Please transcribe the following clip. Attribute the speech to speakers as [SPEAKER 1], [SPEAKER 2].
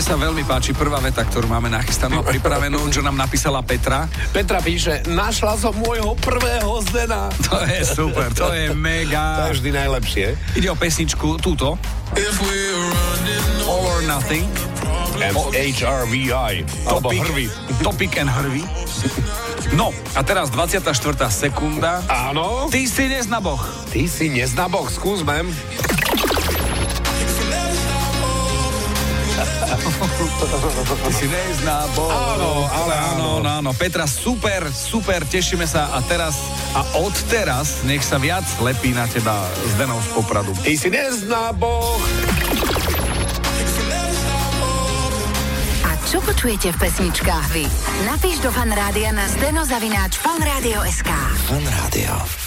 [SPEAKER 1] sa veľmi páči prvá veta, ktorú máme nachystanú a pripravenú, čo nám napísala Petra.
[SPEAKER 2] Petra píše, našla som môjho prvého Zdena.
[SPEAKER 1] To je super, to je
[SPEAKER 2] To
[SPEAKER 1] mega.
[SPEAKER 2] je vždy najlepšie.
[SPEAKER 1] Ide o pesničku, túto, All or Nothing,
[SPEAKER 2] MHRVI. Alebo
[SPEAKER 1] Topic,
[SPEAKER 2] hrvy.
[SPEAKER 1] topic and Hrvy. No, a teraz 24. sekunda.
[SPEAKER 2] Áno.
[SPEAKER 1] Ty si dnes na boh.
[SPEAKER 2] Ty si neznabok, skúsme.
[SPEAKER 1] Ty si dnes na boh.
[SPEAKER 2] Áno, ale áno.
[SPEAKER 1] Áno, áno, áno. Petra, super, super, tešíme sa a teraz a od teraz nech sa viac lepí na teba Zdenov z Popradu.
[SPEAKER 2] Ty si neznabok.
[SPEAKER 3] A čo počujete v pesničkách vy? Napíš do fanrádia na steno zavináč fanradio.sk.
[SPEAKER 4] Fan Rádio.